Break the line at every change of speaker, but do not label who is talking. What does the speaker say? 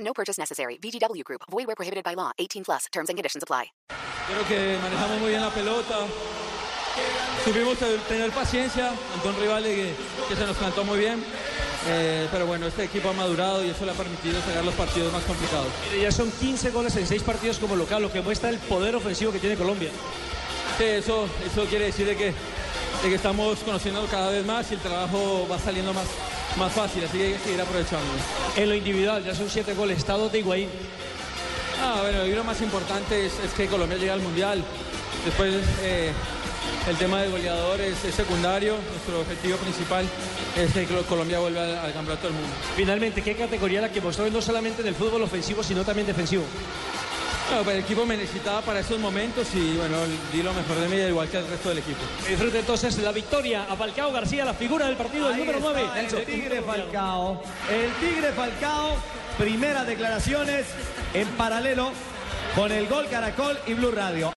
No purchase necessary. VGW Group. Void where prohibited by law. 18 plus. Terms and conditions apply.
Creo que manejamos muy bien la pelota. Supimos te- tener paciencia ante un rival que, que se nos cantó muy bien. Eh, pero bueno, este equipo ha madurado y eso le ha permitido sacar los partidos más complicados.
Ya son 15 goles en 6 partidos como local, lo que muestra el poder ofensivo que tiene Colombia.
Sí, eso, eso quiere decir de que, de que estamos conociendo cada vez más y el trabajo va saliendo más, más fácil, así que hay que seguir aprovechando.
En lo individual, ya son 7 goles, está dos de Higuaín.
Ah, bueno, y lo más importante es, es que Colombia llega al Mundial. Después eh, el tema del goleador es, es secundario. Nuestro objetivo principal es que Col- Colombia vuelva al, al campeonato del mundo.
Finalmente, ¿qué categoría la que mostró no solamente en el fútbol ofensivo, sino también defensivo?
Bueno, pero el equipo me necesitaba para esos momentos y bueno, di lo mejor de mí igual que el resto del equipo.
Disfrute entonces la victoria a Falcao García, la figura del partido, el
Ahí
número
está
9.
El Tigre Falcao. El Tigre Falcao. Primeras declaraciones en paralelo con el gol Caracol y Blue Radio.